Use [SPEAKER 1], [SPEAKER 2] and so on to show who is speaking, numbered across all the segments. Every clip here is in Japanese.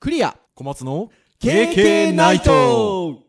[SPEAKER 1] クリア
[SPEAKER 2] 小松の
[SPEAKER 1] KK ナイト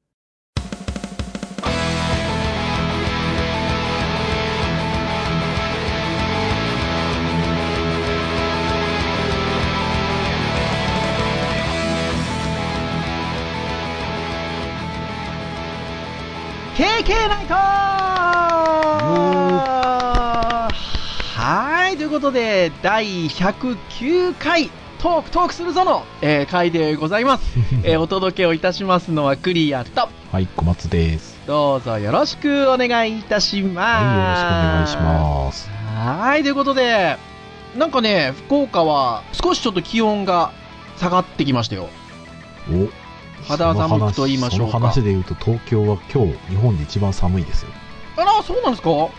[SPEAKER 3] はいということで第109回トークトークするぞの、えー回でございます、 えーお届けをいたしますのはクリアと
[SPEAKER 4] はい、小松です。
[SPEAKER 3] どうぞよろしくお願いいた
[SPEAKER 4] は
[SPEAKER 3] し
[SPEAKER 4] い、よろし
[SPEAKER 3] ます、
[SPEAKER 4] くお願いします。
[SPEAKER 3] はいということでなんかね福岡は少しちょっと気温が下がってきましたよ
[SPEAKER 4] お、
[SPEAKER 3] 肌寒くと言いましょうか
[SPEAKER 4] その話その話で言うと、東京は今日、日本で一番寒いですよ。
[SPEAKER 3] あらそうなんですかこ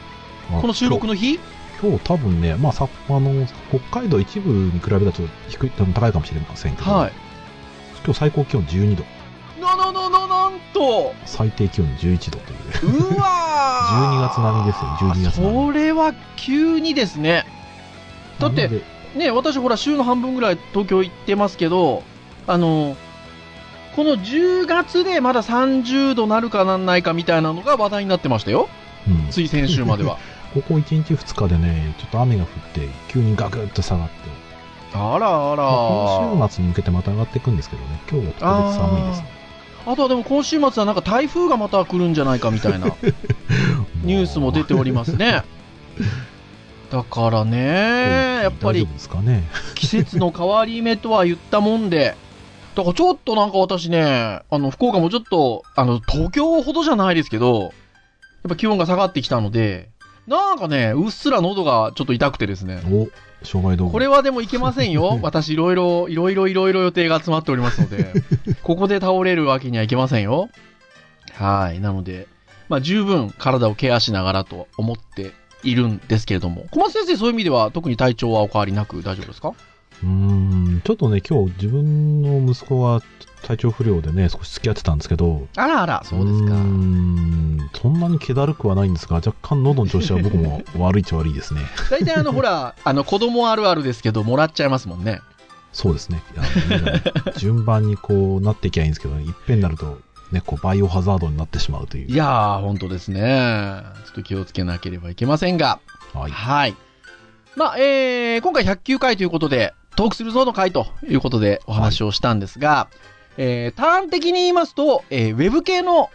[SPEAKER 4] まあ
[SPEAKER 3] の収録の日
[SPEAKER 4] 今日今日多分ね、まあ、さあの北海道一部に比べたらちょっと低い高いかもしれませんけど、
[SPEAKER 3] はい
[SPEAKER 4] 今日最高気温12度、
[SPEAKER 3] なななななんと
[SPEAKER 4] 最低気温11度という。
[SPEAKER 3] うわー
[SPEAKER 4] 12月並みですよ12月並み
[SPEAKER 3] それは急にですねだっ
[SPEAKER 4] な
[SPEAKER 3] て
[SPEAKER 4] ので
[SPEAKER 3] ね私ほら週の半分ぐらい東京行ってますけどあのこの10月でまだ30度なるかなんないかみたいなのが話題になってましたよ
[SPEAKER 4] うん、
[SPEAKER 3] つい先週ま では
[SPEAKER 4] ここ1日2日でね、ちょっと雨が降って、急にガクッと下がって、
[SPEAKER 3] あらあら、
[SPEAKER 4] まあ今週末に向けてまた上がっていくんですけどね、今日は特別寒いですね。
[SPEAKER 3] あとはでも今週末はなんか台風がまた来るんじゃないかみたいなニュースも出ております ねだからねやっぱ
[SPEAKER 4] 大
[SPEAKER 3] り
[SPEAKER 4] 丈夫ですかね。
[SPEAKER 3] 季節の変わり目とは言ったもんで、だからちょっとなんか私ね、あの、福岡もちょっと、あの、東京ほどじゃないですけど、やっぱ気温が下がってきたので、なんかね、うっすら喉がちょっと痛くてですね。
[SPEAKER 4] お、障害道具。
[SPEAKER 3] これはでもいけませんよ。私いろいろ、いろいろいろいろ予定が詰まっておりますので、ここで倒れるわけにはいけませんよ。はい。なので、まあ十分体をケアしながらと思っているんですけれども、小松先生そういう意味では特に体調はお変わりなく大丈夫ですか
[SPEAKER 4] うーん、ちょっとね、今日自分の息子は体調不良でね、少し付き合ってたんですけど、
[SPEAKER 3] あらあら、そうですか
[SPEAKER 4] ー。ん、そんなに気だるくはないんですが、若干喉の調子は僕も悪いっちゃ悪い ですね。
[SPEAKER 3] 大体あの、ほ ら、あの、子供あるあるですけど、もらっちゃいますもんね。
[SPEAKER 4] そうですね。いやなんかね順番にこうなっていきゃいいんですけど、ね、いっぺんになると、ね、こうバイオハザードになってしまうとい。
[SPEAKER 3] いうやー、本当ですね。ちょっと気をつけなければいけませんが。
[SPEAKER 4] はい。
[SPEAKER 3] はい。まあ、えー、今回109回ということで、トークするぞの回ということでお話をしたんですが、えー、端的に言いますと、えー、ウェブ系の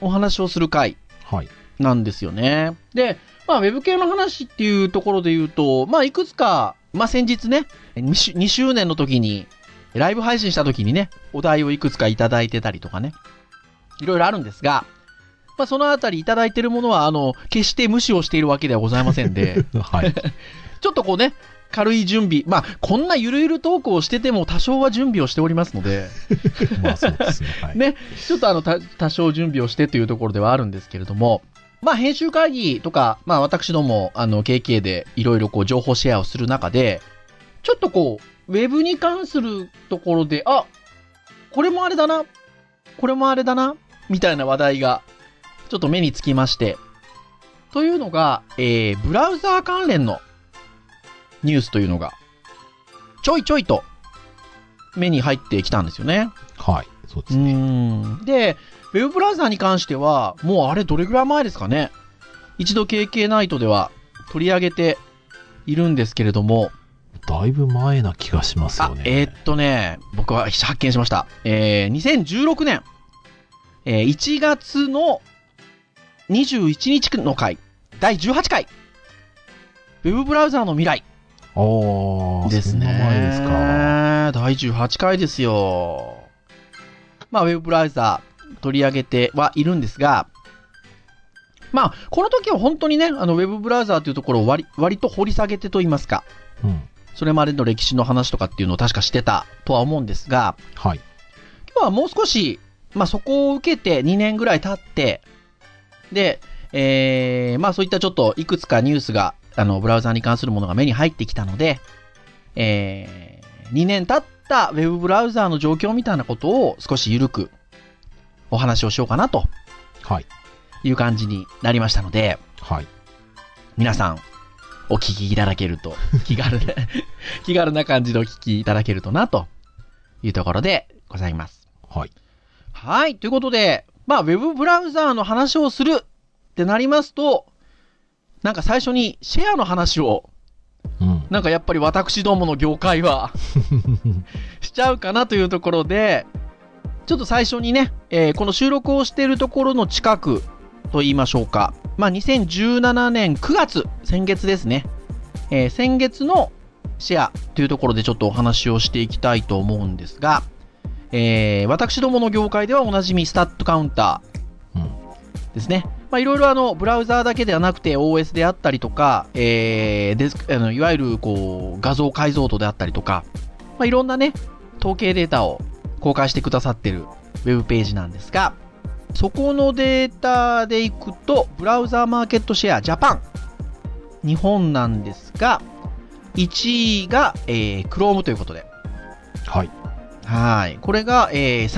[SPEAKER 3] お話をする回
[SPEAKER 4] はい。
[SPEAKER 3] なんですよね。で、まあ、ウェブ系の話っていうところで言うと、まあ、いくつか、まあ、先日ね、2周 ,2 周年の時に、ライブ配信した時にね、お題をいくつかいただいてたりとかね、いろいろあるんですが、まあ、そのあたりいただいてるものは、あの、決して無視をしているわけではございませんで、
[SPEAKER 4] はい。
[SPEAKER 3] ちょっとこうね、軽い準備。まあ、こんなゆるゆるトークをしてても多少は準備をしておりますので、
[SPEAKER 4] まあそうですね。はい。
[SPEAKER 3] ね、ちょっとあの、た多少準備をしてというところではあるんですけれども、まあ、編集会議とか、まあ、私ども、あの、KK でいろいろこう、情報シェアをする中で、ちょっとこう、ウェブに関するところで、あ、これもあれだな、これもあれだな、みたいな話題が、ちょっと目につきまして、というのが、えー、ブラウザー関連のニュースというのが、ちょいちょいと、目に入ってきたんですよね。
[SPEAKER 4] はい。そうで
[SPEAKER 3] う
[SPEAKER 4] すね。
[SPEAKER 3] ーんで、ウェブブラウザーに関しては、もうあれどれぐらい前ですかね。一度 KK ナイトでは取り上げているんですけれども、
[SPEAKER 4] だいぶ前な気がします
[SPEAKER 3] あ
[SPEAKER 4] よね。、
[SPEAKER 3] えーっとね、僕は発見しました。えー、2016年、えー1月の21日の回、第18回、ウェブブラウザーの未来
[SPEAKER 4] ああ、
[SPEAKER 3] ですね。
[SPEAKER 4] そんな前ですか。
[SPEAKER 3] 第18回ですよ。まあ、ウェブブラウザー取り上げてはいるんですが、まあ、この時は本当にね、あの、ウェブブラウザーというところを割割と掘り下げてと言いますか、
[SPEAKER 4] うん。
[SPEAKER 3] それまでの歴史の話とかっていうのを確かしてたとは思うんですが、
[SPEAKER 4] はい。
[SPEAKER 3] 今日はもう少し、まあ、そこを受けて2年ぐらい経って、で、えー、まあ、そういったちょっといくつかニュースが、あの、ブラウザーに関するものが目に入ってきたので、えー、2年経ったウェブブラウザーの状況みたいなことを少し緩くお話をしようかなと
[SPEAKER 4] はい。
[SPEAKER 3] いう感じになりましたので、
[SPEAKER 4] はい。
[SPEAKER 3] 皆さん、お 聞きいただけると、気軽な、気軽な感じでお聞きいただけるとな、というところでございます。
[SPEAKER 4] はい。
[SPEAKER 3] はい。ということで、まあ、ウェブブラウザーの話をするってなりますと、なんか最初にシェアの話を、
[SPEAKER 4] うん。
[SPEAKER 3] なんかやっぱり私どもの業界はしちゃうかなというところで、ちょっと最初にね、えーこの収録をしているところの近くと言いましょうか。まあ、2017年9月、先月ですね。えー先月のシェアというところでちょっとお話をしていきたいと思うんですが、えー私どもの業界ではおなじみスタッドカウンタ
[SPEAKER 4] うん
[SPEAKER 3] ーですね。まあ、いろいろあの、ブラウザーだけではなくて OS であったりとか、えーデスク、あの、いわゆるこう、画像解像度であったりとか、まあ、いろんなね、統計データを公開してくださってるウェブページなんですが、そこのデータでいくと、ブラウザーマーケットシェアジャパン、日本なんですが、1位が、えー Chrome ということで。
[SPEAKER 4] はい。
[SPEAKER 3] はい。これが、えー、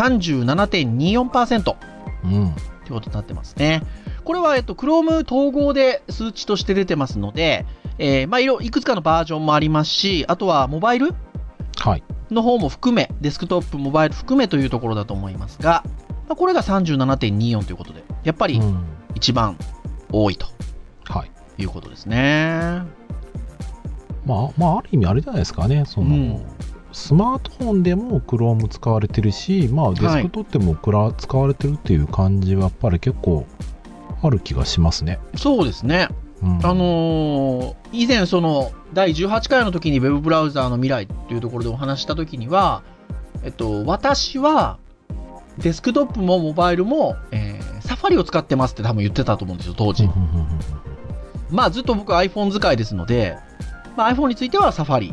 [SPEAKER 3] 37.24%と
[SPEAKER 4] うん。
[SPEAKER 3] いうことになってますね。これは、えっと、Chrome 統合で数値として出てますので、えーまあ、いろ、いくつかのバージョンもありますし、あとは、モバイル
[SPEAKER 4] はい。
[SPEAKER 3] の方も含め、デスクトップ、モバイル含めというところだと思いますが、まあこれが37.24ということで、やっぱり
[SPEAKER 4] うん。
[SPEAKER 3] 一番多いと
[SPEAKER 4] はい。
[SPEAKER 3] いうことですね。
[SPEAKER 4] まあ、まあ、ある意味あれじゃないですかね。その、
[SPEAKER 3] うん
[SPEAKER 4] スマートフォンでも Chrome 使われてるし、まあ、デスクトップでもクラ使われてるっていう感じは、やっぱり結構ある気がしますね。
[SPEAKER 3] そうですね。
[SPEAKER 4] うん、
[SPEAKER 3] あのー以前その第18回の時に Web ブラウザーの未来っていうところでお話しした時には、えっと、私はデスクトップもモバイルも、えーサファリを使ってますって多分言ってたと思うんですよ、当時。
[SPEAKER 4] うんうんうんうん
[SPEAKER 3] まあずっと僕 iPhone 使いですので、まあ、iPhone についてはサファリ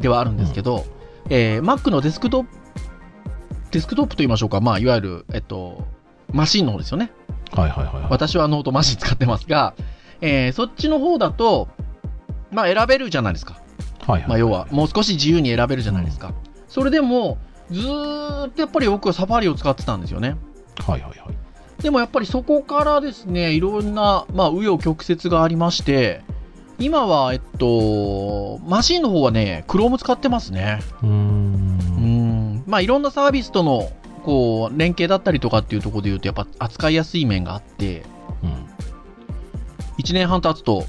[SPEAKER 3] ではあるんですけど、えー Mac のデスクトップ、デスクトップと言いましょうか、まあいわゆる、えっと、マシンの方ですよね。
[SPEAKER 4] はいはいはいはい。
[SPEAKER 3] 私はノートマシン使ってますが、えーそっちの方だと、まあ選べるじゃないですか。
[SPEAKER 4] はい
[SPEAKER 3] ま
[SPEAKER 4] は
[SPEAKER 3] あ
[SPEAKER 4] い
[SPEAKER 3] 要は、もう少し自由に選べるじゃないですか。それでも、ずーっとやっぱり僕はサファリを使ってたんですよね。
[SPEAKER 4] はいはいはい。
[SPEAKER 3] でもやっぱりそこからですね、いろんな、まあ、紆余曲折がありまして、今は、えっと、マシンの方はね、Chrome 使ってますね。
[SPEAKER 4] うー。
[SPEAKER 3] うんん。まあ、いろんなサービスとの、こう、連携だったりとかっていうところで言うと、やっぱ扱いやすい面があって、
[SPEAKER 4] うん。
[SPEAKER 3] 1年半経つと、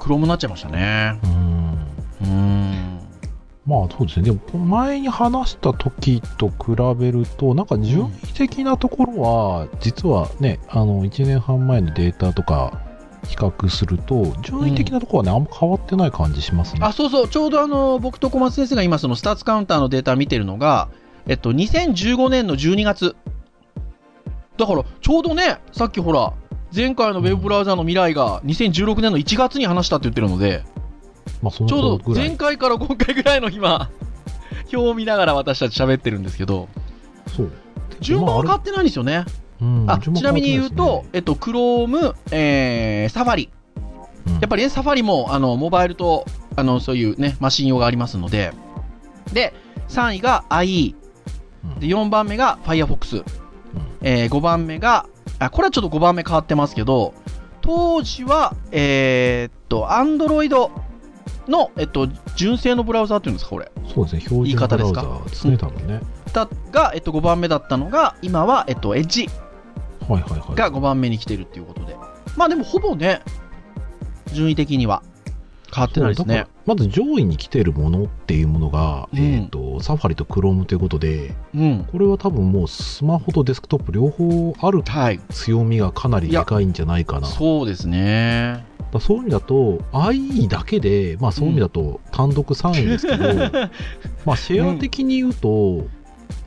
[SPEAKER 3] Chrome になっちゃいましたね。
[SPEAKER 4] うん
[SPEAKER 3] うん。
[SPEAKER 4] まあそうですね、でも前に話した時と比べると、なんか順位的なところは、実はね、あの1年半前のデータとか比較すると、順位的なところはね、あんま変わってない感じしますね。
[SPEAKER 3] あ、そうそう、ちょうどあの、僕と小松先生が今、そのスターツカウンターのデータ見てるのが、えっと、2015年の12月。だから、ちょうどね、さっきほら、前回のウェブブラウザーの未来が2016年の1月に話したって言ってるので、
[SPEAKER 4] まあ、その
[SPEAKER 3] ちょう
[SPEAKER 4] 頃
[SPEAKER 3] ど
[SPEAKER 4] ぐら
[SPEAKER 3] 前
[SPEAKER 4] い。
[SPEAKER 3] 回から今回ぐらいの今、表を見ながら私たち喋ってるんですけど、
[SPEAKER 4] そう
[SPEAKER 3] 順番は
[SPEAKER 4] まあ
[SPEAKER 3] 変わってないんですよね。
[SPEAKER 4] うん
[SPEAKER 3] あ、
[SPEAKER 4] 順番
[SPEAKER 3] ちなみに言うと、えっと、Chrome、えー、サファリ。やっぱ
[SPEAKER 4] り、
[SPEAKER 3] りね、サファリも、あの、モバイルと、あの、そういうね、マシン用がありますので。で、3位が IE。
[SPEAKER 4] うん
[SPEAKER 3] で、4番目が Firefox。えー5番目が、あ、これはちょっと5番目変わってますけど、当時は、えーっと、Android の、えっと、純正のブラウザーっていうんですか、これ。
[SPEAKER 4] そうですね、標
[SPEAKER 3] 言い
[SPEAKER 4] 準
[SPEAKER 3] 方
[SPEAKER 4] ブラ
[SPEAKER 3] です
[SPEAKER 4] ウ
[SPEAKER 3] か
[SPEAKER 4] ザーですね、多分ね。
[SPEAKER 3] だが、えっと、5番目だったのが、今は、えっと、Edge
[SPEAKER 4] はいはいはい。
[SPEAKER 3] が5番目に来てるっていうことで。まあでも、ほぼね、順位的には変わってないです
[SPEAKER 4] そうだ
[SPEAKER 3] ね
[SPEAKER 4] か。らまず上位に来てるものっていうものが、
[SPEAKER 3] うん
[SPEAKER 4] えっとサファリとクロームということで、
[SPEAKER 3] うん。
[SPEAKER 4] これは多分もうスマホとデスクトップ両方ある
[SPEAKER 3] はい。
[SPEAKER 4] 強みがかなりでかいんじゃないかな。だか
[SPEAKER 3] そうですね。
[SPEAKER 4] らそういう意味だと IE だけで、まあそういう意味だと単独3位ですけど、 まあシェア的に言うと、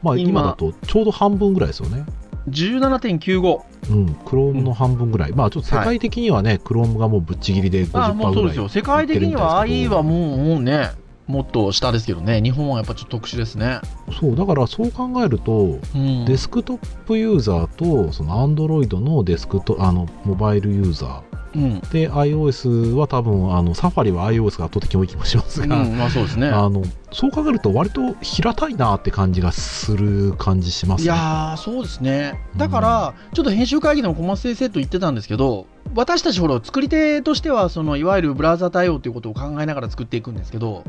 [SPEAKER 4] まあ今だとちょうど半分ぐらいですよね。
[SPEAKER 3] 17.95。
[SPEAKER 4] うん、クロームの半分ぐらい。まあちょっと世界的にはね、クロームがもうぶっちぎりで
[SPEAKER 3] まあ、も
[SPEAKER 4] 50%
[SPEAKER 3] うそう
[SPEAKER 4] ぐ
[SPEAKER 3] で
[SPEAKER 4] ら
[SPEAKER 3] す
[SPEAKER 4] い。
[SPEAKER 3] よ。世界的には
[SPEAKER 4] 売ってるみたいで
[SPEAKER 3] IE
[SPEAKER 4] すけど
[SPEAKER 3] はもう、もうね、もっと下ですけどね。日本はやっぱちょっと特殊ですね。
[SPEAKER 4] そう、だからそう考えると、
[SPEAKER 3] うん。
[SPEAKER 4] デスクトップユーザーと、その Android のデスクト、あの、モバイルユーザ
[SPEAKER 3] うん。
[SPEAKER 4] ー。で、iOS は多分、あの、サファリは iOS が圧倒的に多い気もします
[SPEAKER 3] う
[SPEAKER 4] が、
[SPEAKER 3] ん、まあそうですね。
[SPEAKER 4] あのそう考えると割と平たいなって感じがする感じします
[SPEAKER 3] い
[SPEAKER 4] ね。
[SPEAKER 3] やー、そうですね。だから、ちょっと編集会議でも小松先生と言ってたんですけど、私たちほら、作り手としては、その、いわゆるブラウザ対応ということを考えながら作っていくんですけど、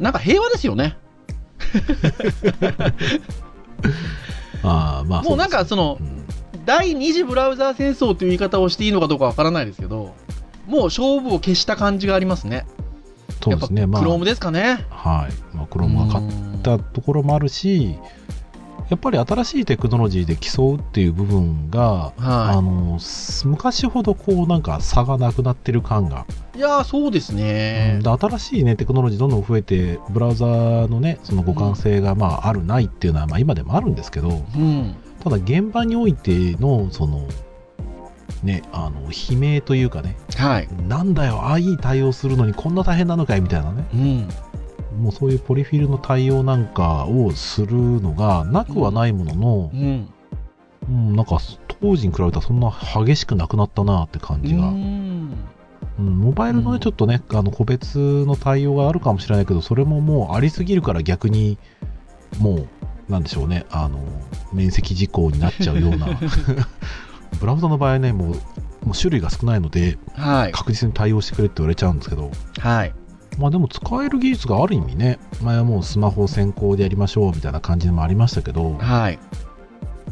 [SPEAKER 3] なんか平和ですよね。
[SPEAKER 4] ああ、まあ、
[SPEAKER 3] もうなんか
[SPEAKER 4] そ
[SPEAKER 3] その
[SPEAKER 4] うですね、
[SPEAKER 3] 第二次ブラウザー戦争という言い方をしていいのかどうかわからないですけど、もう勝負を消した感じがありますね。
[SPEAKER 4] うんそうですね、
[SPEAKER 3] やっぱ
[SPEAKER 4] まあ
[SPEAKER 3] ク、ロームですかね。
[SPEAKER 4] はい。まあ、クロームが勝ったところもあるし、やっぱり新しいテクノロジーで競うっていう部分が、あ
[SPEAKER 3] は
[SPEAKER 4] のす昔ほどこうなんか差がなくなってる感が、
[SPEAKER 3] い。いやー、そうですね
[SPEAKER 4] うん。で新しいねテクノロジーどんどん増えてブラウザーのねその互換性がまああるないっていうのはまあ今でもあるんですけど
[SPEAKER 3] うん。
[SPEAKER 4] ただ現場においてのそのねあの悲鳴というかね
[SPEAKER 3] はい。
[SPEAKER 4] なんだよああいい対応するのにこんな大変なのかいみたいなね
[SPEAKER 3] うん。
[SPEAKER 4] もうそういうポリフィルの対応なんかをするのがなくはないものの
[SPEAKER 3] う、ん。
[SPEAKER 4] うん、なんか当時に比べたらそんな激しくなくなったなって感じが。
[SPEAKER 3] うん
[SPEAKER 4] うん、モバイルの
[SPEAKER 3] う
[SPEAKER 4] ね
[SPEAKER 3] ん
[SPEAKER 4] ちょっとね、あの個別の対応があるかもしれないけど、それももうありすぎるから逆に、もう、なんでしょうね、あの、面積事項になっちゃうよう な。ブラウザの場合はね、もう、もう種類が少ないので、
[SPEAKER 3] はい。
[SPEAKER 4] 確実に対応してくれって言われちゃうんですけど、
[SPEAKER 3] はい。
[SPEAKER 4] まあでも使える技術がある意味ね、前はもうスマホ先行でやりましょうみたいな感じもありましたけど、
[SPEAKER 3] はい。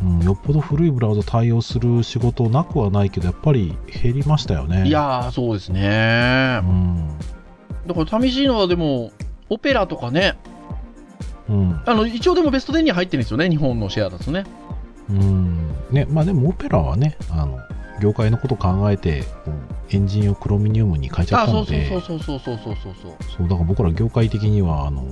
[SPEAKER 4] うん、よっぽど古いブラウザ対応する仕事なくはないけど、やっぱり減りましたよね。
[SPEAKER 3] い、やー、そうですね。
[SPEAKER 4] うん、
[SPEAKER 3] だから寂しいのはでも、オペラとかね、
[SPEAKER 4] うん。
[SPEAKER 3] あの一応でもベスト10には入ってるんですよね、日本のシェアだとね。
[SPEAKER 4] うんねまあ、でもオペラはねあの業界のことを考えてこうエンジンをクロミニウムに変えちゃ
[SPEAKER 3] あ
[SPEAKER 4] った
[SPEAKER 3] そ
[SPEAKER 4] の
[SPEAKER 3] うそう
[SPEAKER 4] で
[SPEAKER 3] そうそうそうそうそうそう。
[SPEAKER 4] そうだから僕ら業界的にはあの、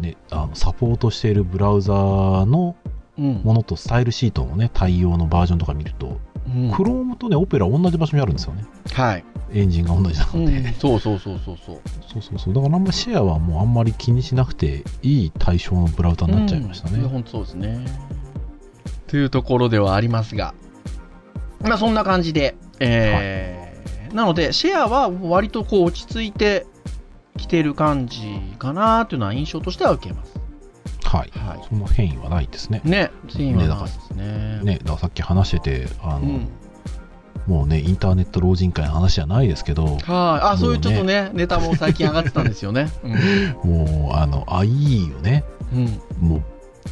[SPEAKER 4] ね、あのサポートしているブラウザーの
[SPEAKER 3] うん。
[SPEAKER 4] ものとスタイルシートの、ね、対応のバージョンとか見ると、
[SPEAKER 3] うん
[SPEAKER 4] クロームと、ね、オペラ同じ場所にあるんですよね
[SPEAKER 3] はい。
[SPEAKER 4] エンジンが同じなので、
[SPEAKER 3] うんそうそうそうそうそう。
[SPEAKER 4] そうそうそうだからあんまシェアはもうあんまり気にしなくていい対象のブラウザになっちゃいましたね、
[SPEAKER 3] うんいや本当そうですね。というところではありますが、まあそんな感じで、えーなのでシェアは割とこう落ち着いてきてる感じかなというのは印象としては受けます。
[SPEAKER 4] はい
[SPEAKER 3] は
[SPEAKER 4] その変異はないですね
[SPEAKER 3] い。ね、全員は
[SPEAKER 4] ね
[SPEAKER 3] なかったですね。
[SPEAKER 4] ね、だからさっき話しててあの、
[SPEAKER 3] うん、
[SPEAKER 4] もうね、インターネット老人会の話じゃないですけど、
[SPEAKER 3] はい。あ、そういうちょっと
[SPEAKER 4] もう
[SPEAKER 3] ね、ネタも最近上がってたんです よね。
[SPEAKER 4] もう、あの、IE をね、
[SPEAKER 3] うん。うん
[SPEAKER 4] も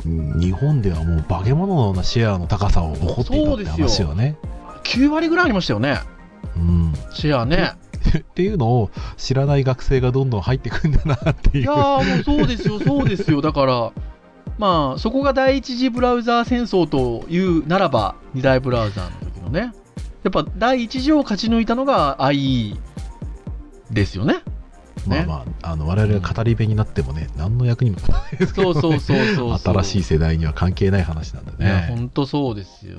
[SPEAKER 4] う、うん日本ではもう化け物のようなシェアの高さを誇っていた
[SPEAKER 3] そ
[SPEAKER 4] っ
[SPEAKER 3] うで
[SPEAKER 4] て
[SPEAKER 3] すよ
[SPEAKER 4] 話よね。
[SPEAKER 3] 9割ぐらいありましたよね。
[SPEAKER 4] うん、
[SPEAKER 3] シェアね。
[SPEAKER 4] っていうのを知らない学生がどんどん入ってくんだなって
[SPEAKER 3] い
[SPEAKER 4] いう。
[SPEAKER 3] やーもうそうです よ、そうですよ、だから、まあ、そこが第一次ブラウザー戦争というならば、二大ブラウザーの時のね、やっぱ第一次を勝ち抜いたのが IE ですよね。
[SPEAKER 4] まあまあ、あの我々が語り部になってもね、何の役にも立たないですけ
[SPEAKER 3] そ
[SPEAKER 4] ど、
[SPEAKER 3] うそうそうそうそう。
[SPEAKER 4] 新しい世代には関係ない話なんで
[SPEAKER 3] いや、
[SPEAKER 4] ね。
[SPEAKER 3] 本当そうですよ。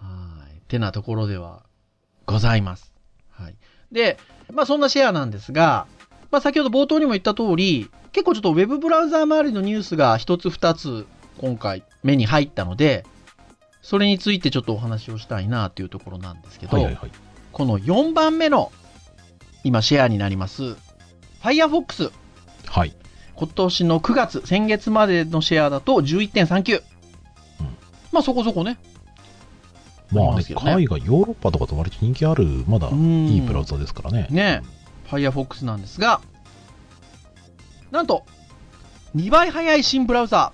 [SPEAKER 3] はい。てなところではございます。はい。で、まあそんなシェアなんですが、まあ先ほど冒頭にも言った通り、結構ちょっとウェブブラウザー周りのニュースが一つ二つ今回目に入ったので、それについてちょっとお話をしたいなというところなんですけど、
[SPEAKER 4] はいはいはい。
[SPEAKER 3] この4番目の今シェアになります、Firefox。
[SPEAKER 4] はい。
[SPEAKER 3] 今年の9月、先月までのシェアだと11.39。
[SPEAKER 4] うん
[SPEAKER 3] まあそこそこね。
[SPEAKER 4] ま
[SPEAKER 3] あり
[SPEAKER 4] あ
[SPEAKER 3] ま
[SPEAKER 4] ね、
[SPEAKER 3] すけどね
[SPEAKER 4] 海外、ヨーロッパとかと割と人気ある、まだいいブラウ
[SPEAKER 3] ザ
[SPEAKER 4] ザですからね。
[SPEAKER 3] ね Firefox なんですが、なんと、2倍速い新ブラウザ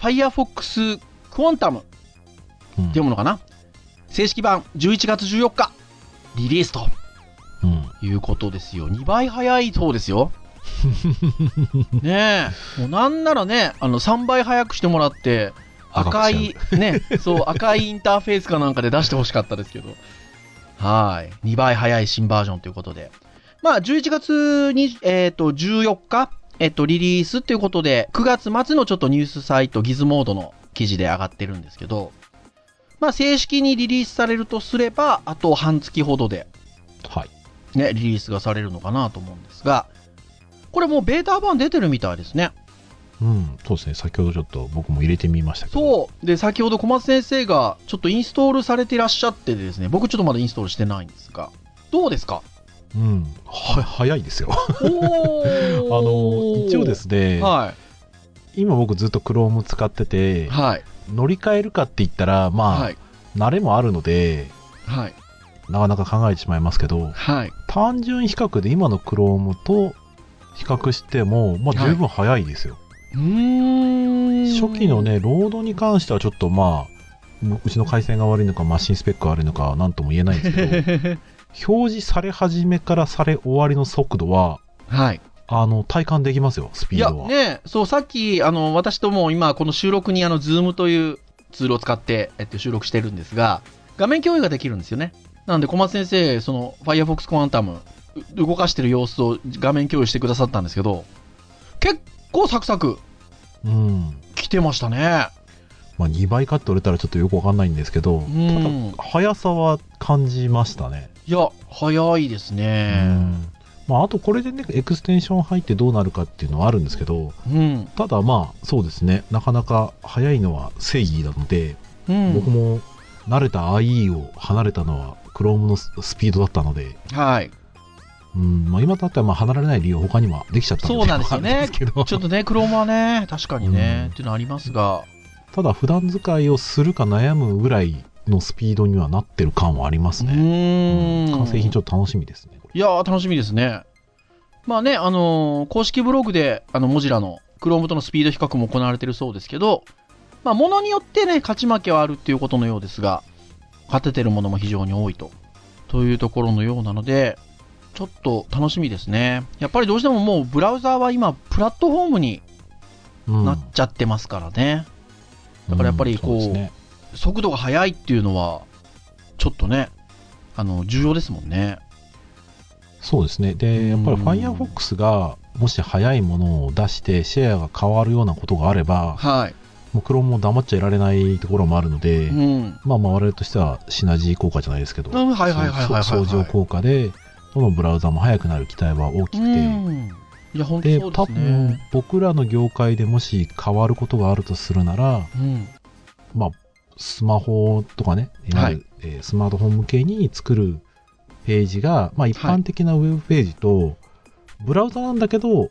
[SPEAKER 3] ー、Firefox Quantum っ
[SPEAKER 4] うん
[SPEAKER 3] て読むのかな正式版11月14日、リリースと
[SPEAKER 4] うん
[SPEAKER 3] いうことですよ。2倍速いそうですよ。ねえ。もうなんならね、あの、3倍速くしてもらって、赤い、ね、そう、赤いインターフェースかなんかで出してほしかったですけど。はい。2倍早い新バージョンということで。まあ、11月に、えっ、と、14日、えっ、と、リリースということで、9月末のちょっとニュースサイト、ギズモードの記事で上がってるんですけど、まあ、正式にリリースされるとすれば、あと半月ほどで、
[SPEAKER 4] はい。
[SPEAKER 3] ね、リリースがされるのかなと思うんですが、これもうベータ版出てるみたいですね。
[SPEAKER 4] うん、そうですね。先ほどちょっと僕も入れてみましたけど。
[SPEAKER 3] そう。で、先ほど小松先生がちょっとインストールされていらっしゃってですね、僕ちょっとまだインストールしてないんですが、どうですか
[SPEAKER 4] う。うん。は、早いですよ。 あ
[SPEAKER 3] おー
[SPEAKER 4] の、一応で。すね、
[SPEAKER 3] は
[SPEAKER 4] 今僕ずっと Chrome 使って
[SPEAKER 3] い。
[SPEAKER 4] て、
[SPEAKER 3] はい。
[SPEAKER 4] 乗り換えるかって言ったら、まあ、
[SPEAKER 3] はい。
[SPEAKER 4] 慣れもあるので、
[SPEAKER 3] はい。
[SPEAKER 4] なかなか考えてしまいますけど、
[SPEAKER 3] はい。
[SPEAKER 4] 単純比較で今の Chrome と比較しても、まあ
[SPEAKER 3] はい
[SPEAKER 4] 十分早いですよ。
[SPEAKER 3] うん
[SPEAKER 4] 初期のね、ロードに関してはちょっとまあ、ううちの回線が悪いのか、マシンスペックが悪いのか、なんとも言えないんですけ ど、表示され始めからされ終わりの速度は、
[SPEAKER 3] はい。
[SPEAKER 4] あの、体感できますよ、スピ
[SPEAKER 3] い
[SPEAKER 4] ー
[SPEAKER 3] や、
[SPEAKER 4] ドは。
[SPEAKER 3] ね、そう、さっき、あの、私とも今、この収録に、あの、ズームというツールを使って、えっと、収録してるんですが、画面共有ができるんですよね。なので、小松先生、その、Firefox Quantum、う動かしてる様子を画面共有してくださったんですけど、結構サクサク
[SPEAKER 4] うん。
[SPEAKER 3] 来てましたね。
[SPEAKER 4] まあ、2倍かって言われたらちょっとよくわかんないんですけど、
[SPEAKER 3] うん
[SPEAKER 4] ただ、速さは感じましたね。
[SPEAKER 3] いや、早いです
[SPEAKER 4] う
[SPEAKER 3] ね。
[SPEAKER 4] まあ、あとこれでね、エクステンション入ってどうなるかっていうのはあるんですけど、
[SPEAKER 3] うん。
[SPEAKER 4] ただまあ、そうですね、なかなか早いのは正義なので、
[SPEAKER 3] うん。
[SPEAKER 4] 僕も慣れた IE を離れたのは Chrome のススピードだったので、
[SPEAKER 3] はい。
[SPEAKER 4] うんまあ、今だったらまあ離れられない理由は他にもできちゃった
[SPEAKER 3] そうなんですよ ね
[SPEAKER 4] あるんけど
[SPEAKER 3] ちょっとね、クロームはね、確かにね、
[SPEAKER 4] うん
[SPEAKER 3] っていうのありますが、
[SPEAKER 4] ただ普段使いをするか悩むぐらいのスピードにはなってる感はあります
[SPEAKER 3] う
[SPEAKER 4] ね、
[SPEAKER 3] ーん。
[SPEAKER 4] 完成品ちょっと楽しみですねこれ
[SPEAKER 3] いやー、楽しみですね。まあね、あのー公式ブログで、あの、モジラの Chrome とのスピード比較も行われてるそうですけど、まあ、ものによってね、勝ち負けはあるっていうことのようですが、勝ててるものも非常に多いと、というところのようなので、ちょっと楽しみですね。やっぱりどうしてももうブラウザーは今、プラットフォームに
[SPEAKER 4] うん
[SPEAKER 3] なっちゃってますからね。だからやっぱりこう
[SPEAKER 4] そですね
[SPEAKER 3] 速度が速いっていうのは、ちょっとね、あの、重要ですもんね。
[SPEAKER 4] そうですねでやっぱり
[SPEAKER 3] うん
[SPEAKER 4] Firefox がもし早いものを出してシェアが変わるようなことがあれば
[SPEAKER 3] はい。
[SPEAKER 4] もう Chrome も黙っちゃいられないところもあるので、
[SPEAKER 3] うん。
[SPEAKER 4] まあまあ我々としてはシナジー効果じゃないですけど、
[SPEAKER 3] うんはいはいはいはいはいはい
[SPEAKER 4] そう相乗効果で、どのブラウザも速くなる期待は大きくて、
[SPEAKER 3] うんいや、本当
[SPEAKER 4] で
[SPEAKER 3] そうで
[SPEAKER 4] 多
[SPEAKER 3] すね
[SPEAKER 4] 分。僕らの業界でもし変わることがあるとするなら、
[SPEAKER 3] うん。
[SPEAKER 4] まあ、スマホとかね、いわゆるえースマートフォン向けに作るページが、まあ、一般的なウェブページと、ブラウザなんだけど、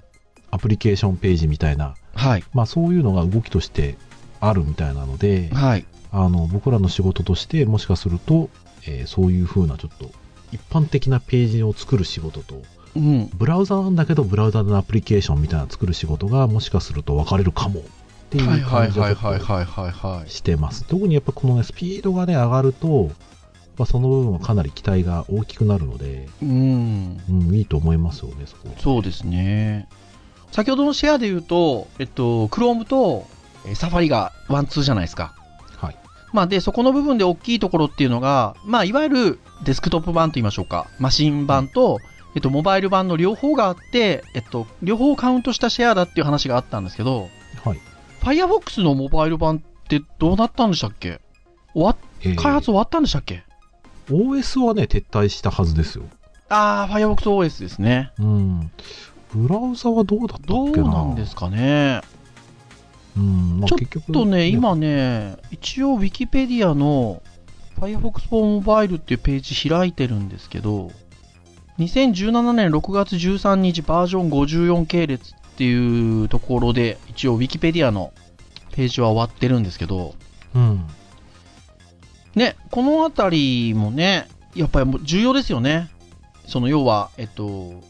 [SPEAKER 4] アプリケーションページみたいな、
[SPEAKER 3] はい。
[SPEAKER 4] まあ、そういうのが動きとしてあるみたいなので、
[SPEAKER 3] はい。
[SPEAKER 4] あの僕らの仕事としてもしかすると、えーそういう風なちょっと一般的なページを作る仕事と
[SPEAKER 3] うん。
[SPEAKER 4] ブラウザなんだけどブラウザのアプリケーションみたいなの作る仕事がもしかすると分かれるかもっていう感じがちょっ
[SPEAKER 3] いはいは
[SPEAKER 4] としてます特にやっぱこのねスピードがね上がると、まあ、その部分はかなり期待が大きくなるので、
[SPEAKER 3] い。うん。
[SPEAKER 4] うん、いいと思いますよねそこ
[SPEAKER 3] そうですね。先ほどのシェアで言うと、えっと、Chrome とえー Safari がワンツーじゃないですか。
[SPEAKER 4] はい
[SPEAKER 3] まあ、で、そこの部分で大きいところっていうのが、まあ、いわゆるデスクトップ版と言いましょうか。マシン版と、えっと、モバイル版の両方があって、えっと、両方をカウントしたシェアだっていう話があったんですけど、
[SPEAKER 4] はい、
[SPEAKER 3] Firefox のモバイル版ってどうなったんでしたっけ終わっ
[SPEAKER 4] えー
[SPEAKER 3] 開発終わったんでしたっけ
[SPEAKER 4] OS はね撤退したはずですよ
[SPEAKER 3] ああ、FirefoxOS ですね。
[SPEAKER 4] うんブラウザはどうだったっけ
[SPEAKER 3] ど
[SPEAKER 4] な
[SPEAKER 3] うなんですかね。
[SPEAKER 4] うんまあ、
[SPEAKER 3] ちょっ
[SPEAKER 4] 結局
[SPEAKER 3] あとね、今ね、一応 Wikipedia の Firefox for Mobile っていうページ開いてるんですけど、2017年6月13日バージョン54系列っていうところで、一応 Wikipedia のページは終わってるんですけど、
[SPEAKER 4] うん
[SPEAKER 3] ね、このあたりもね、やっぱりもう重要ですよね。その要は、えっと、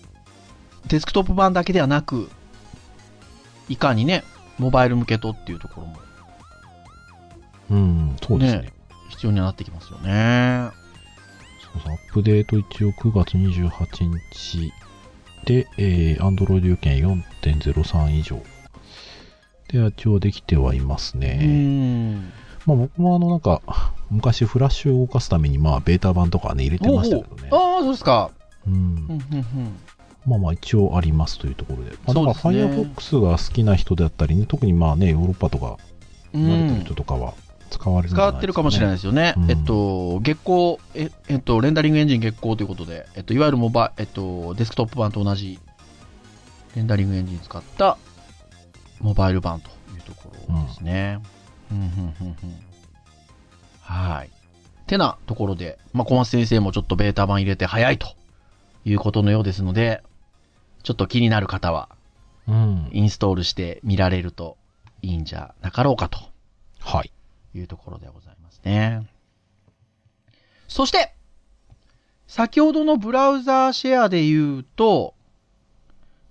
[SPEAKER 3] デスクトップ版だけではなく、いかにね、モバイル向けとっていうところも
[SPEAKER 4] うん、そうですね
[SPEAKER 3] ね必要になってきますよね。
[SPEAKER 4] そうそうアップデート一応9月28日で、えー、Android 予見4.03以上で一応できてはいます
[SPEAKER 3] う
[SPEAKER 4] ね、
[SPEAKER 3] ん。
[SPEAKER 4] まあ、僕もあのなんか昔フラッシュを動かすためにまあベータ版とかね入れてましたけどね
[SPEAKER 3] おうおうああ、そうですか。
[SPEAKER 4] うん
[SPEAKER 3] うん、うん、うん。
[SPEAKER 4] まあまあ一応ありますというところで、まあ、だから
[SPEAKER 3] そうですね
[SPEAKER 4] Firefox が好きな人であったりね特にまあねヨーロッパとか
[SPEAKER 3] う
[SPEAKER 4] 言われてる
[SPEAKER 3] ん
[SPEAKER 4] 人とかは使われるんじ
[SPEAKER 3] 使
[SPEAKER 4] ゃ
[SPEAKER 3] っ
[SPEAKER 4] ない
[SPEAKER 3] て
[SPEAKER 4] で
[SPEAKER 3] る
[SPEAKER 4] すかね
[SPEAKER 3] かもしれないですよね。
[SPEAKER 4] うん
[SPEAKER 3] えっと、月光、え、えっと、レンダリングエンジン月光ということで、えっと、いわゆるモバ、えっと、デスクトップ版と同じ、レンダリングエンジン使った、モバイル版というところですね。うん、うん、うん、うん。はい。てなところで、まあ、小松先生もちょっとベータ版入れて早いということのようですので、ちょっと気になる方は、
[SPEAKER 4] うん
[SPEAKER 3] インストールして見られるといいんじゃなかろうかと。
[SPEAKER 4] はい
[SPEAKER 3] というところでございますね。そして、先ほどのブラウザーシェアで言うと、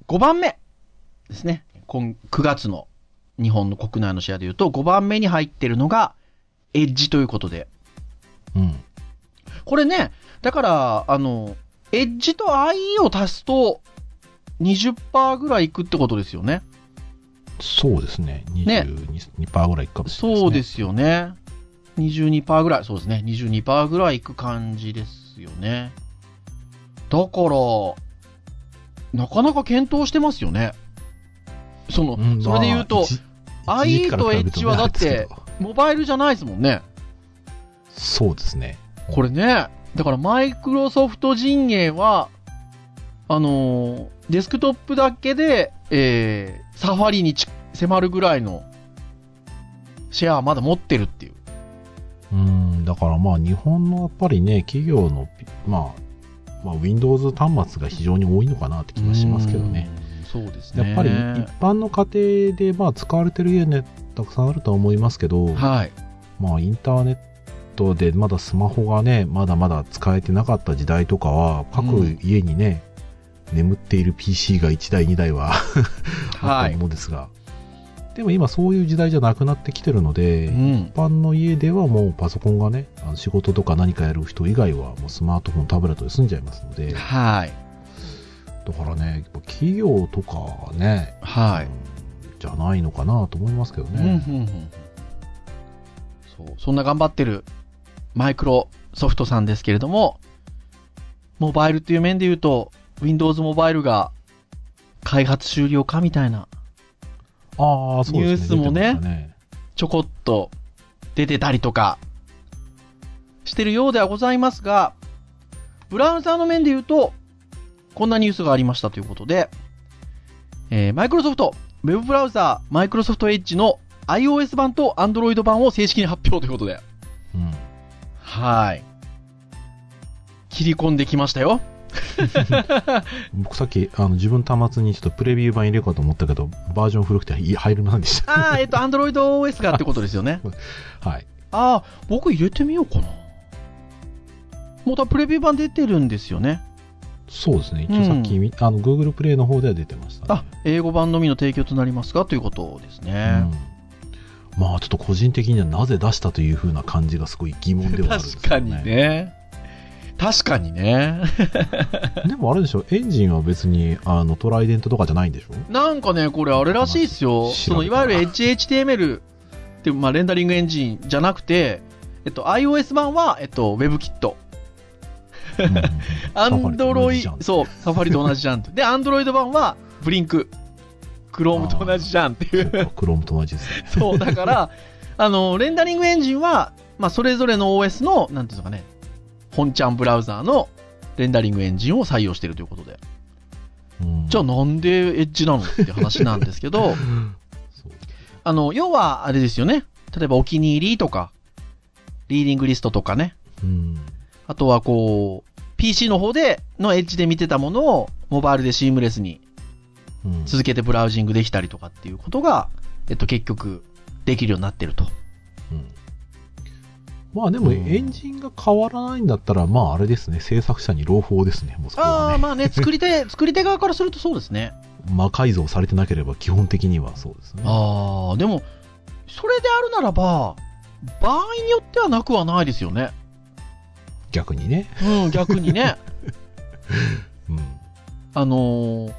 [SPEAKER 3] 5番目ですね。今9月の日本の国内のシェアでいうと、5番目に入ってるのが、エッジということで。
[SPEAKER 4] うん。
[SPEAKER 3] これね、だから、あの、エッジと IE を足すと、20%ぐらいいくってことですよね。
[SPEAKER 4] そうですね。
[SPEAKER 3] ね
[SPEAKER 4] 22%ぐらいいくかもしれない
[SPEAKER 3] そうです
[SPEAKER 4] ね。
[SPEAKER 3] すよね。22%ぐらい、そうですね。22%ぐらいいく感じですよね。だから、なかなか検討してますよね。その、
[SPEAKER 4] うん
[SPEAKER 3] それで言う
[SPEAKER 4] まあ
[SPEAKER 3] と、
[SPEAKER 4] 一
[SPEAKER 3] あ
[SPEAKER 4] 一時期から比べる
[SPEAKER 3] IE と Edge はだって
[SPEAKER 4] あれですけど
[SPEAKER 3] モバイルじゃないですもんね。
[SPEAKER 4] そうですね。
[SPEAKER 3] これね、だからマイクロソフト陣営は、あのーデスクトップだけで、えーサファリにち迫るぐらいのシェアはまだ持ってるっていう。
[SPEAKER 4] うん、だからまあ日本のやっぱりね、企業の、まあ、まあ、Windows 端末が非常に多いのかなって気がしますけどね。
[SPEAKER 3] うん。そうです
[SPEAKER 4] や
[SPEAKER 3] ね。
[SPEAKER 4] っぱり一般の家庭でまあ使われてる家ね、たくさんあるとは思いますけど、
[SPEAKER 3] はい。
[SPEAKER 4] まあインターネットでまだスマホがね、まだまだ使えてなかった時代とかは、
[SPEAKER 3] う
[SPEAKER 4] 各
[SPEAKER 3] ん
[SPEAKER 4] 家にね、眠っている PC が1台、2台はあ
[SPEAKER 3] は
[SPEAKER 4] った
[SPEAKER 3] い
[SPEAKER 4] も。のですが、でも今そういう時代じゃなくなってきてるので、
[SPEAKER 3] うん。
[SPEAKER 4] 一般の家ではもうパソコンがねあの仕事とか何かやる人以外はもうスマートフォンタブレットで済んじゃいますのでだ
[SPEAKER 3] はい。
[SPEAKER 4] からねやっぱ企業とかね、
[SPEAKER 3] は
[SPEAKER 4] う
[SPEAKER 3] い。
[SPEAKER 4] んじゃないのかなと思いますけど
[SPEAKER 3] うん、うん、
[SPEAKER 4] ね、
[SPEAKER 3] うん。そう。そんな頑張ってるマイクロソフトさんですけれども、モバイルという面で言うと、Windows モバイルが開発終了かみたいな、
[SPEAKER 4] ああそうですね
[SPEAKER 3] ニュースもね
[SPEAKER 4] 出てましたね
[SPEAKER 3] ちょこっと出てたりとか、してるようではございますが、ブラウザーの面で言うと、こんなニュースがありましたということで、えー、マイクロソフト、ウェブブラウザー、マイクロソフトエッジの iOS 版と Android 版を正式に発表ということで、
[SPEAKER 4] うん
[SPEAKER 3] はい。切り込んできましたよ。
[SPEAKER 4] 僕さっきあの自分端末にちょっとプレビュー版入れようかと思ったけどバージョン古くてい入りませんでした
[SPEAKER 3] ああ、え っと、Android OS がってことですよね。
[SPEAKER 4] はい
[SPEAKER 3] ああ、僕入れてみようかな。もうたプレビュー版出てるんですよね。
[SPEAKER 4] そうですね一応さっきみ、あの Google プレイの方では出てました、ね、
[SPEAKER 3] あ、英語版のみの提供となりますがということですね。
[SPEAKER 4] うんまあちょっと個人的にはなぜ出したというふうな感じがすごい疑問ではあるんです
[SPEAKER 3] 確
[SPEAKER 4] けど
[SPEAKER 3] かにね。確かにね。
[SPEAKER 4] でもあれでしょエンジンは別にあのトライデントとかじゃないんでしょ
[SPEAKER 3] なんかね、これあれらしいですよ。
[SPEAKER 4] まあ
[SPEAKER 3] そのいわゆる HHTML っていう、まあ、レンダリングエンジンじゃなくて、えっと、iOS 版は、えっと、WebKit。
[SPEAKER 4] うんうん
[SPEAKER 3] ア
[SPEAKER 4] ファ
[SPEAKER 3] ン
[SPEAKER 4] リと同
[SPEAKER 3] ドロ
[SPEAKER 4] じ
[SPEAKER 3] イ
[SPEAKER 4] じゃん
[SPEAKER 3] そう、サファリと同じじゃんって。で、アンドロイド版は、ブリンク。クロームと同じじゃんってい
[SPEAKER 4] そう
[SPEAKER 3] う。
[SPEAKER 4] かクロームと同じですね。
[SPEAKER 3] そう、だから、あの、レンダリングエンジンは、まあ、それぞれの OS の、なんていうのかね、本ちゃんブラウザーのレンダリングエンジンを採用してるということで。
[SPEAKER 4] うん
[SPEAKER 3] じゃあなんでエッジなのって話なんですけ
[SPEAKER 4] そ
[SPEAKER 3] ど、
[SPEAKER 4] う
[SPEAKER 3] あの、要は、あれですよね。例えば、お気に入りとか、リーディングリストとかね。
[SPEAKER 4] うん
[SPEAKER 3] あとはこう、PC の方で、のエッジで見てたものを、モバイルでシームレスに
[SPEAKER 4] うん
[SPEAKER 3] 続けてブラウジングできたりとかっていうことが、えっと、結局、できるようになってると。
[SPEAKER 4] うんまあでも
[SPEAKER 3] うん
[SPEAKER 4] エンジンが変わらないんだったら、まああれですね、制作者に朗報ですね、もうそこ
[SPEAKER 3] あ
[SPEAKER 4] は
[SPEAKER 3] あ、
[SPEAKER 4] ね。
[SPEAKER 3] まあね、作り 手、作り手側からするとそうですね。
[SPEAKER 4] 魔改造されてなければ基本的にはそうですね。
[SPEAKER 3] ああ、でも、それであるならば、場合によってはなくはないですよね。
[SPEAKER 4] 逆にね。
[SPEAKER 3] うん、逆にね。
[SPEAKER 4] うん
[SPEAKER 3] あのー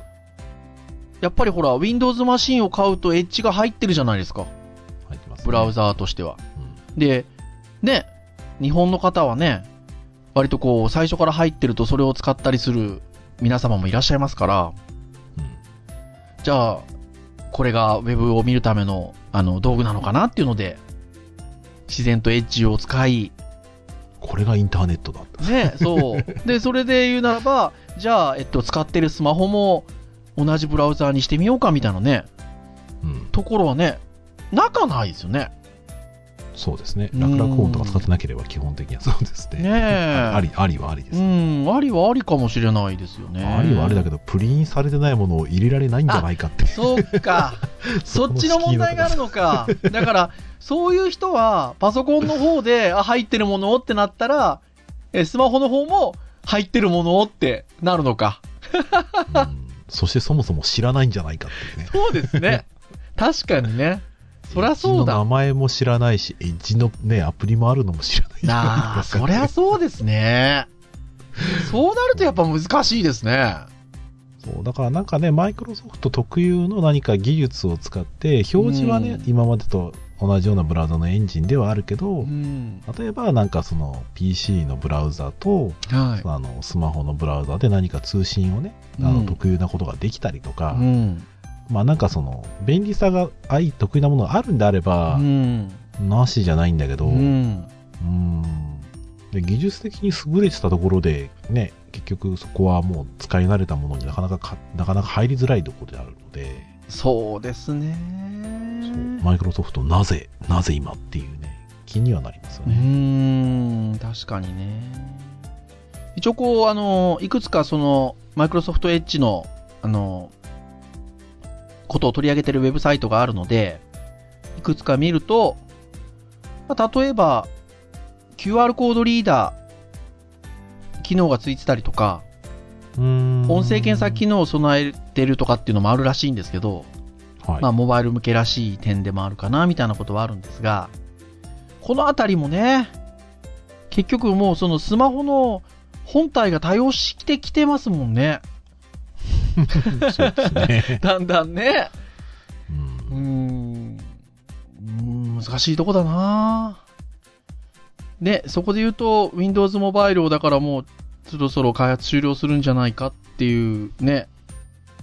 [SPEAKER 3] やっぱりほら、Windows マシンを買うとエッジが入ってるじゃないですか。
[SPEAKER 4] 入ってますね
[SPEAKER 3] ブラウザーとしては。
[SPEAKER 4] うん
[SPEAKER 3] で、ね、日本の方はね、割とこう、最初から入ってるとそれを使ったりする皆様もいらっしゃいますから、
[SPEAKER 4] うん
[SPEAKER 3] じゃあ、これがウェブを見るためのあの道具なのかなっていうので、自然とエッジを使い、
[SPEAKER 4] これがインターネットだと。
[SPEAKER 3] ね、 そう。で、それで言うならば、じゃあ、えっと、使ってるスマホも同じブラウザーにしてみようかみたいなね、
[SPEAKER 4] うん、
[SPEAKER 3] ところはね、なかないですよね。
[SPEAKER 4] そうですね。
[SPEAKER 3] うん
[SPEAKER 4] 楽々音とか使ってなければ基本的にはそうですね。
[SPEAKER 3] ねえ
[SPEAKER 4] あり、ありはありです
[SPEAKER 3] う
[SPEAKER 4] ね。
[SPEAKER 3] ん、ありはありかもしれないですよね。
[SPEAKER 4] ありはあれだけ
[SPEAKER 3] け
[SPEAKER 4] ど、プリンされてないものを入れられないんじゃないかって。
[SPEAKER 3] そう か。そっちの問題があるのか。だから、そういう人は、パソコンの方で、あ、入ってるものってなったら、えスマホの方も、入ってるものってなるのか。
[SPEAKER 4] うんそしてそもそも知らないんじゃないかっていうね。
[SPEAKER 3] そうですね。 確かにね。そりゃそ
[SPEAKER 4] エ
[SPEAKER 3] う
[SPEAKER 4] ッジの名
[SPEAKER 3] だ。
[SPEAKER 4] 前も知らないし、エッジのね、アプリもあるのも知らないじゃない
[SPEAKER 3] なあ、
[SPEAKER 4] ですか
[SPEAKER 3] そりゃそうですね。そうなるとやっぱ難しいですね。
[SPEAKER 4] そうだからなんかね、マイクロソフト特有の何か技術を使って、表示はね、
[SPEAKER 3] うん
[SPEAKER 4] 今までと同じようなブラウザのエンジンではあるけど、
[SPEAKER 3] うん。
[SPEAKER 4] 例えばなんかその PC のブラウザと、
[SPEAKER 3] はい。
[SPEAKER 4] あのスマホのブラウザで何か通信をね、あ
[SPEAKER 3] う
[SPEAKER 4] の
[SPEAKER 3] ん
[SPEAKER 4] 特有なことができたりとか、
[SPEAKER 3] うん。
[SPEAKER 4] まあなんかその便利さが愛得意なものがあるんであれば
[SPEAKER 3] う、ん。
[SPEAKER 4] なしじゃないんだけど、
[SPEAKER 3] う
[SPEAKER 4] うん
[SPEAKER 3] ん。
[SPEAKER 4] で技術的に優れてたところでね結局そこはもう使い慣れたものになかなかかなかなか入りづらいところであるので
[SPEAKER 3] そうですね。
[SPEAKER 4] マイクロソフトなぜなぜ今っていうね気にはなりますよ
[SPEAKER 3] う
[SPEAKER 4] ね、
[SPEAKER 3] ーん、確かにね。一応こう、あの、いくつかその、マイクロソフトエッジの、あの、ことを取り上げてるウェブサイトがあるので、いくつか見ると、まあ例えば、QR コードリーダー、機能がついてたりとか、
[SPEAKER 4] うーん
[SPEAKER 3] 音声検索機能を備えてるとかっていうのもあるらしいんですけど、
[SPEAKER 4] はい、
[SPEAKER 3] まあ、モバイル向けらしい点でもあるかな、みたいなことはあるんですが、このあたりもね、結局もうそのスマホの本体が対応してきてますもんね。
[SPEAKER 4] そうですね、
[SPEAKER 3] だんだんね。
[SPEAKER 4] う
[SPEAKER 3] うー
[SPEAKER 4] ん
[SPEAKER 3] ん。うーん難しいとこだなね、そこで言うと、Windows モバイルをだからもう、そろそろ開発終了するんじゃないかっていうね、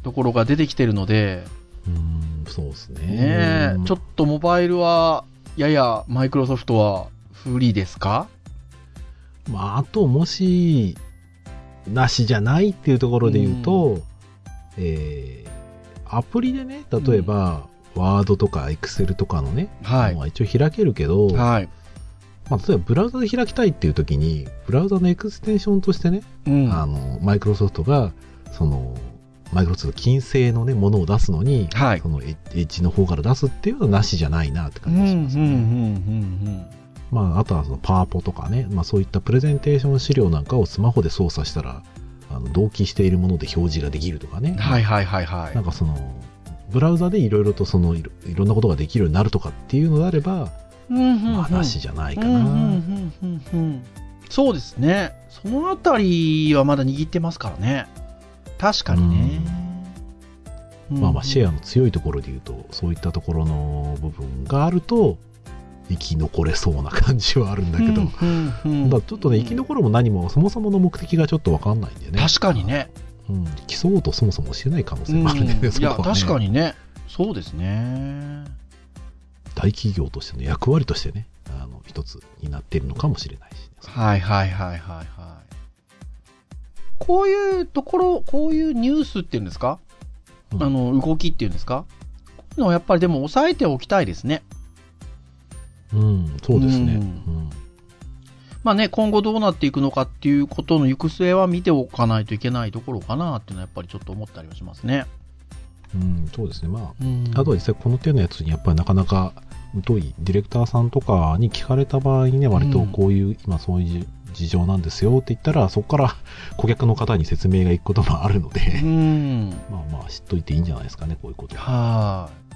[SPEAKER 3] ところが出てきてるので、
[SPEAKER 4] うんそうですね
[SPEAKER 3] ね
[SPEAKER 4] う
[SPEAKER 3] え、
[SPEAKER 4] ん
[SPEAKER 3] ちょっとモバイルは、ややマイクロソフトは不利ですか
[SPEAKER 4] まあ、あと、もし、なしじゃないっていうところで言うと、えーアプリでね、例えば、ワードとかエクセルとかのね、
[SPEAKER 3] はい
[SPEAKER 4] ま。あ一応開けるけど、
[SPEAKER 3] はい。
[SPEAKER 4] まあ、例えばブラウザで開きたいっていう時に、ブラウザのエクステンションとしてね、
[SPEAKER 3] うん。
[SPEAKER 4] あの、マイクロソフトが、その、マイクロソフト金製のね、ものを出すのに、
[SPEAKER 3] はい。
[SPEAKER 4] そのエエッジの方から出すっていうのはなしじゃないなって
[SPEAKER 3] う
[SPEAKER 4] 感
[SPEAKER 3] ん、う
[SPEAKER 4] じ
[SPEAKER 3] ん、う
[SPEAKER 4] が
[SPEAKER 3] ん、
[SPEAKER 4] しま
[SPEAKER 3] う
[SPEAKER 4] すね。
[SPEAKER 3] ん、
[SPEAKER 4] まあ、あとはそのパワポとかね、まあ、そういったプレゼンテーション資料なんかをスマホで操作したらあの同期しているもので表示ができるとかね、
[SPEAKER 3] うん。はい、はい、はい、は
[SPEAKER 4] なんかそのブラウザでいろいろとそのいろいろんなことができるようになるとかっていうのであれば、
[SPEAKER 3] い。うん、うん。
[SPEAKER 4] まあ、なしじゃないかな、
[SPEAKER 3] うん、うん、うん、うん、うん。そうですね。そのあたりはまだ握ってますからね。確かにね。
[SPEAKER 4] まあまあシェ
[SPEAKER 3] ア。
[SPEAKER 4] アの強いところで言うとそういったところの部分があると生き残れそうな感じはあるんだけど、
[SPEAKER 3] うんうんうん
[SPEAKER 4] だからちょっとね生き残るも何もそもそもの目的がちょっと分かんないんでね
[SPEAKER 3] 確かにね。
[SPEAKER 4] うん、競おうとそもそもしてない可能性もあるんでね、
[SPEAKER 3] うん
[SPEAKER 4] そ
[SPEAKER 3] い
[SPEAKER 4] こは
[SPEAKER 3] や、
[SPEAKER 4] ね
[SPEAKER 3] 確かにね。そうですね。
[SPEAKER 4] 大企業としての役割としてねあの一つになっているのかもしれないし、
[SPEAKER 3] はいはいはいはいはい。こういうところ、こういうニュースっていうんですか、
[SPEAKER 4] うん
[SPEAKER 3] あの、動きっていうんですかこういうのはやっぱりでも抑えておきたいですね。
[SPEAKER 4] うん、そうですね、
[SPEAKER 3] う
[SPEAKER 4] うんん
[SPEAKER 3] まあね、今後どうなっていくのかっていうことの行く末は見ておかないといけないところかなっていうのはやっぱりちょっと思ったりはしますね。
[SPEAKER 4] うんそうですねま
[SPEAKER 3] うん
[SPEAKER 4] ああとは実際この手のやつにやっぱりなかなか疎いディレクターさんとかに聞かれた場合ね割とこういう、今そういう事情なんですよって言ったらそこから 顧客の方に説明がいくこともあるの
[SPEAKER 3] う
[SPEAKER 4] で、
[SPEAKER 3] ん。
[SPEAKER 4] まあまあ知っといていいんじゃないですかねこういうことは
[SPEAKER 3] はい。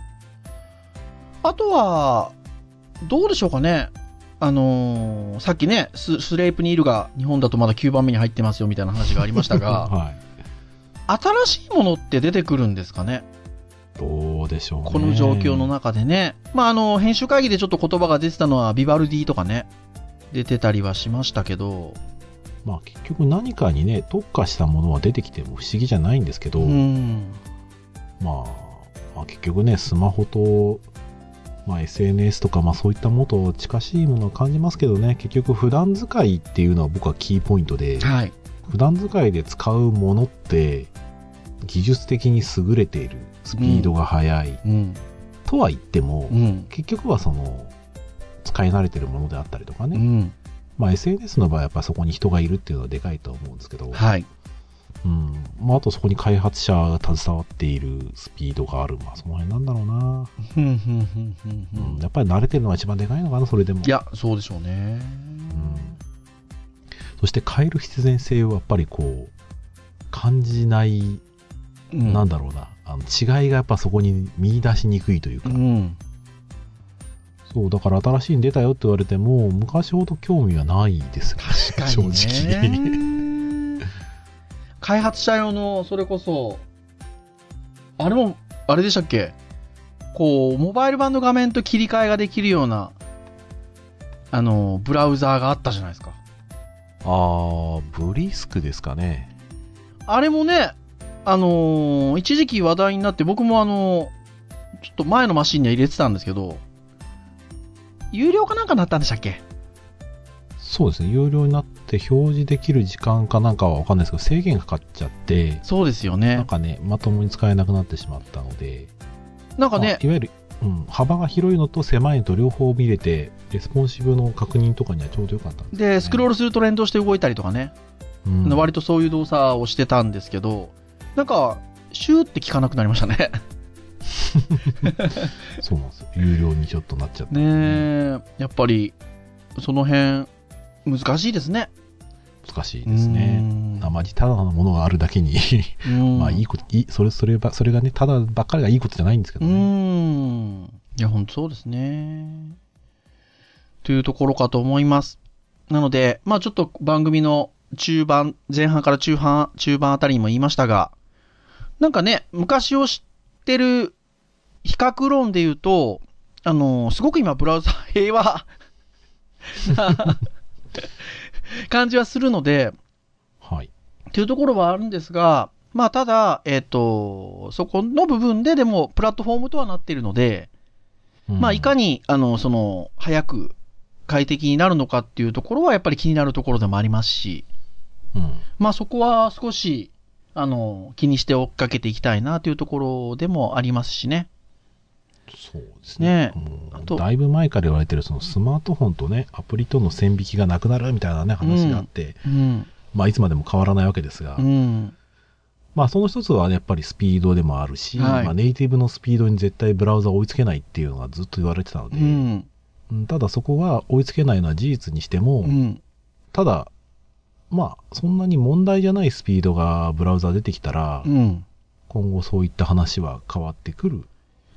[SPEAKER 3] あとは、どうでしょうかね。あのーさっきねス、スレイプニールが日本だとまだ9番目に入ってますよみたいな話がありました が、
[SPEAKER 4] はい
[SPEAKER 3] 新しいものって出てくるんですかね、
[SPEAKER 4] どうでしょうね
[SPEAKER 3] この状況の中でね、まあ、あの編集会議でちょっと言葉が出てたのは、ビバルディとかね、出てたりはしましたけど、
[SPEAKER 4] まあ結局何かにね特化したものは出てきても不思議じゃないんですけど、
[SPEAKER 3] うん、
[SPEAKER 4] まあ、まあ結局ねスマホと、まあ、SNS とか、まあ、そういったものと近しいものを感じますけどね結局普段使いっていうのは僕はキーポイントで
[SPEAKER 3] はい、
[SPEAKER 4] 普段使いで使うものって技術的に優れているスピードが速い、
[SPEAKER 3] うん、
[SPEAKER 4] とは言っても、
[SPEAKER 3] うん、
[SPEAKER 4] 結局はその使い慣れてるものであったりとか
[SPEAKER 3] う
[SPEAKER 4] ね、
[SPEAKER 3] ん、
[SPEAKER 4] まあ、SNS の場合はやっぱそこに人がいるっていうのはでかいとは思うんですけど、
[SPEAKER 3] はい、
[SPEAKER 4] うんまあ、あとそこに開発者が携わっているスピードがある、まあ、その辺なんだろうな
[SPEAKER 3] ふんふんふんふんふ
[SPEAKER 4] うん
[SPEAKER 3] ん
[SPEAKER 4] やっぱり慣れてるのが一番でかいのかな、それでも。
[SPEAKER 3] いや、そうでしょうね。
[SPEAKER 4] うんそして変える必然性をやっぱりこう、感じない
[SPEAKER 3] うん
[SPEAKER 4] なんだろうなあの違いがやっぱそこに見出しにくいというか、
[SPEAKER 3] うん。
[SPEAKER 4] そうだから新しいに出たよって言われても昔ほど興味はないですよ
[SPEAKER 3] 確かにね。開発者用の、それこそ、あれも、あれでしたっけこう、モバイル版の画面と切り替えができるような、あの、ブラウザーがあったじゃないですか。
[SPEAKER 4] ああブリスクですかね
[SPEAKER 3] あれもね、あのー一時期話題になって、僕もあのーちょっと前のマシンには入れてたんですけど、有料かなんかになったんでしたっけ
[SPEAKER 4] そうですね有料になって表示できる時間かなんかは分かんないですけど制限かかっちゃって
[SPEAKER 3] そうですよ
[SPEAKER 4] な
[SPEAKER 3] ね
[SPEAKER 4] ん。かねまともに使えなくなってしまったので
[SPEAKER 3] なんか
[SPEAKER 4] ま
[SPEAKER 3] ね
[SPEAKER 4] あ、いわゆる、うん、幅が広いのと狭いのと両方見れてレスポンシブの確認とかにはちょうどよかったんです
[SPEAKER 3] で、スクロールすると連動して動いたりとかね、
[SPEAKER 4] うん
[SPEAKER 3] 割とそういう動作をしてたんですけど、なんか、シューって効かなくなり ましたね。
[SPEAKER 4] そうなんですよ有料にちょっとなっちゃった
[SPEAKER 3] ねえ、やっぱり、その辺、難しいですね。
[SPEAKER 4] 難しいですねあまりただのものがあるだけに
[SPEAKER 3] うん。
[SPEAKER 4] まあいいこといいそれそればそれがねただばっかりがいいことじゃないんですけ
[SPEAKER 3] う
[SPEAKER 4] どね
[SPEAKER 3] ーん。いや、ほんとそうですね。というところかと思います。なので、まあちょっと番組の中盤、前半から中半、中盤あたりにも言いましたが、なんかね、昔を知ってる比較論で言うと、あの、すごく今ブラウザ平和な 感じはするので、
[SPEAKER 4] はい
[SPEAKER 3] っていうところはあるんですが、まあ、ただ、えっ、と、そこの部分ででも、プラットフォームとはなっているので、まあ、いか
[SPEAKER 4] に
[SPEAKER 3] に、あの、その、早く快適になるのかっていうところは、やっぱり気になるところでもありますし、
[SPEAKER 4] うん
[SPEAKER 3] まあ、そこは少し、あの、気にして追っかけていきたいなというところでもありますしね。
[SPEAKER 4] そうですね
[SPEAKER 3] ねあ
[SPEAKER 4] も
[SPEAKER 3] と
[SPEAKER 4] うだいぶ前から言われてるそのスマートフォンとねアプリとの線引きがなくなるみたいなね話があって、
[SPEAKER 3] うん。
[SPEAKER 4] まあいつまでも変わらないわけですが、
[SPEAKER 3] うん。
[SPEAKER 4] まあその一つはやっぱりスピードでもあるし、
[SPEAKER 3] はい
[SPEAKER 4] まあ、ネイティブのスピードに絶対ブラウザ追いつけないっていうのがずっと言われてたの
[SPEAKER 3] う
[SPEAKER 4] で、
[SPEAKER 3] ん。
[SPEAKER 4] うんただそこが追いつけないのは事実にしても、
[SPEAKER 3] うん。
[SPEAKER 4] ただまあそんなに問題じゃないスピードがブラウザ出てきたら、
[SPEAKER 3] うん。
[SPEAKER 4] 今後そういった話は変わってくる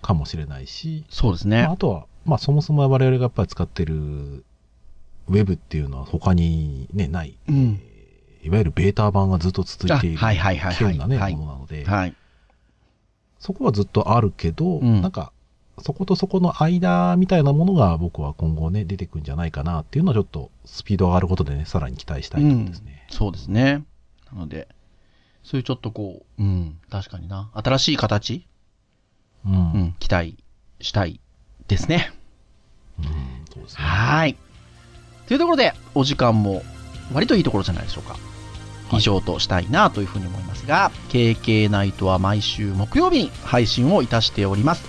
[SPEAKER 4] かもしれないし、
[SPEAKER 3] そうです
[SPEAKER 4] まあ、
[SPEAKER 3] ね。
[SPEAKER 4] あとはまあそもそも我々がやっぱり使ってるウェブっていうのは他にねない、
[SPEAKER 3] うん。
[SPEAKER 4] いわゆるベータ版がずっと続いている
[SPEAKER 3] あはいはいはいはい
[SPEAKER 4] 稀有なね
[SPEAKER 3] はい
[SPEAKER 4] ものなので、
[SPEAKER 3] はい。
[SPEAKER 4] そこはずっとあるけど、
[SPEAKER 3] うん
[SPEAKER 4] なんか、そことそこの間みたいなものが僕は今後ね、出てくんじゃないかなっていうのはちょっとスピード上がることでね、さらに期待したいところですね。
[SPEAKER 3] そうですね。なので、そういうちょっとこう、うん、確かにな。新しい形、
[SPEAKER 4] うん。
[SPEAKER 3] う
[SPEAKER 4] うん
[SPEAKER 3] ん、期待したいですね。
[SPEAKER 4] そうですね。
[SPEAKER 3] はーい。というところで、お時間も割といいところじゃないでしょうか。
[SPEAKER 4] い
[SPEAKER 3] 以上としたいなというふうに思いますが、KK ナイトは毎週木曜日に配信をいたしております。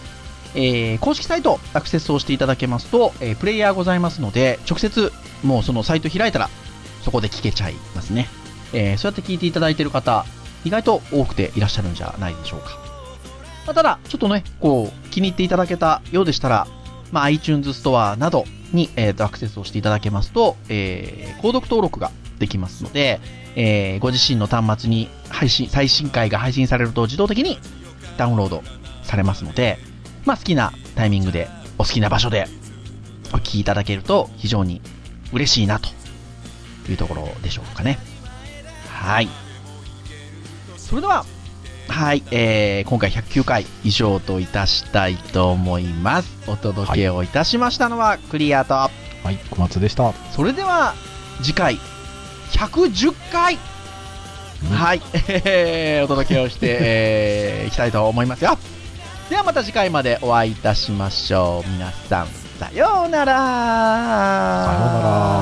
[SPEAKER 3] えー公式サイトアクセスをしていただけますと、えープレイヤーございますので、直接もうそのサイト開いたら、そこで聞けちゃいますね。えーそうやって聞いていただいている方、意外と多くていらっしゃるんじゃないでしょうか。まあただ、ちょっとね、こう、気に入っていただけたようでしたら、まあ、iTunes ストアなどに、えーとアクセスをしていただけますと、えー、購読登録ができますので、えーご自身の端末に配信、最新回が配信されると自動的にダウンロードされますので、まあ、好きなタイミングで、お好きな場所でお聞きいただけると非常に嬉しいなというところでしょうかね。はい。それでは、はい、えー今回109回以上といたしたいと思います。お届けをいたしましたのはクリアと、
[SPEAKER 4] はい、小松でした。
[SPEAKER 3] それでは次回110回、はい、 えーお届けをして、えーいきたいと思いますよ。ではまた次回までお会いいたしましょう。皆さん、さようなら。
[SPEAKER 4] さようなら。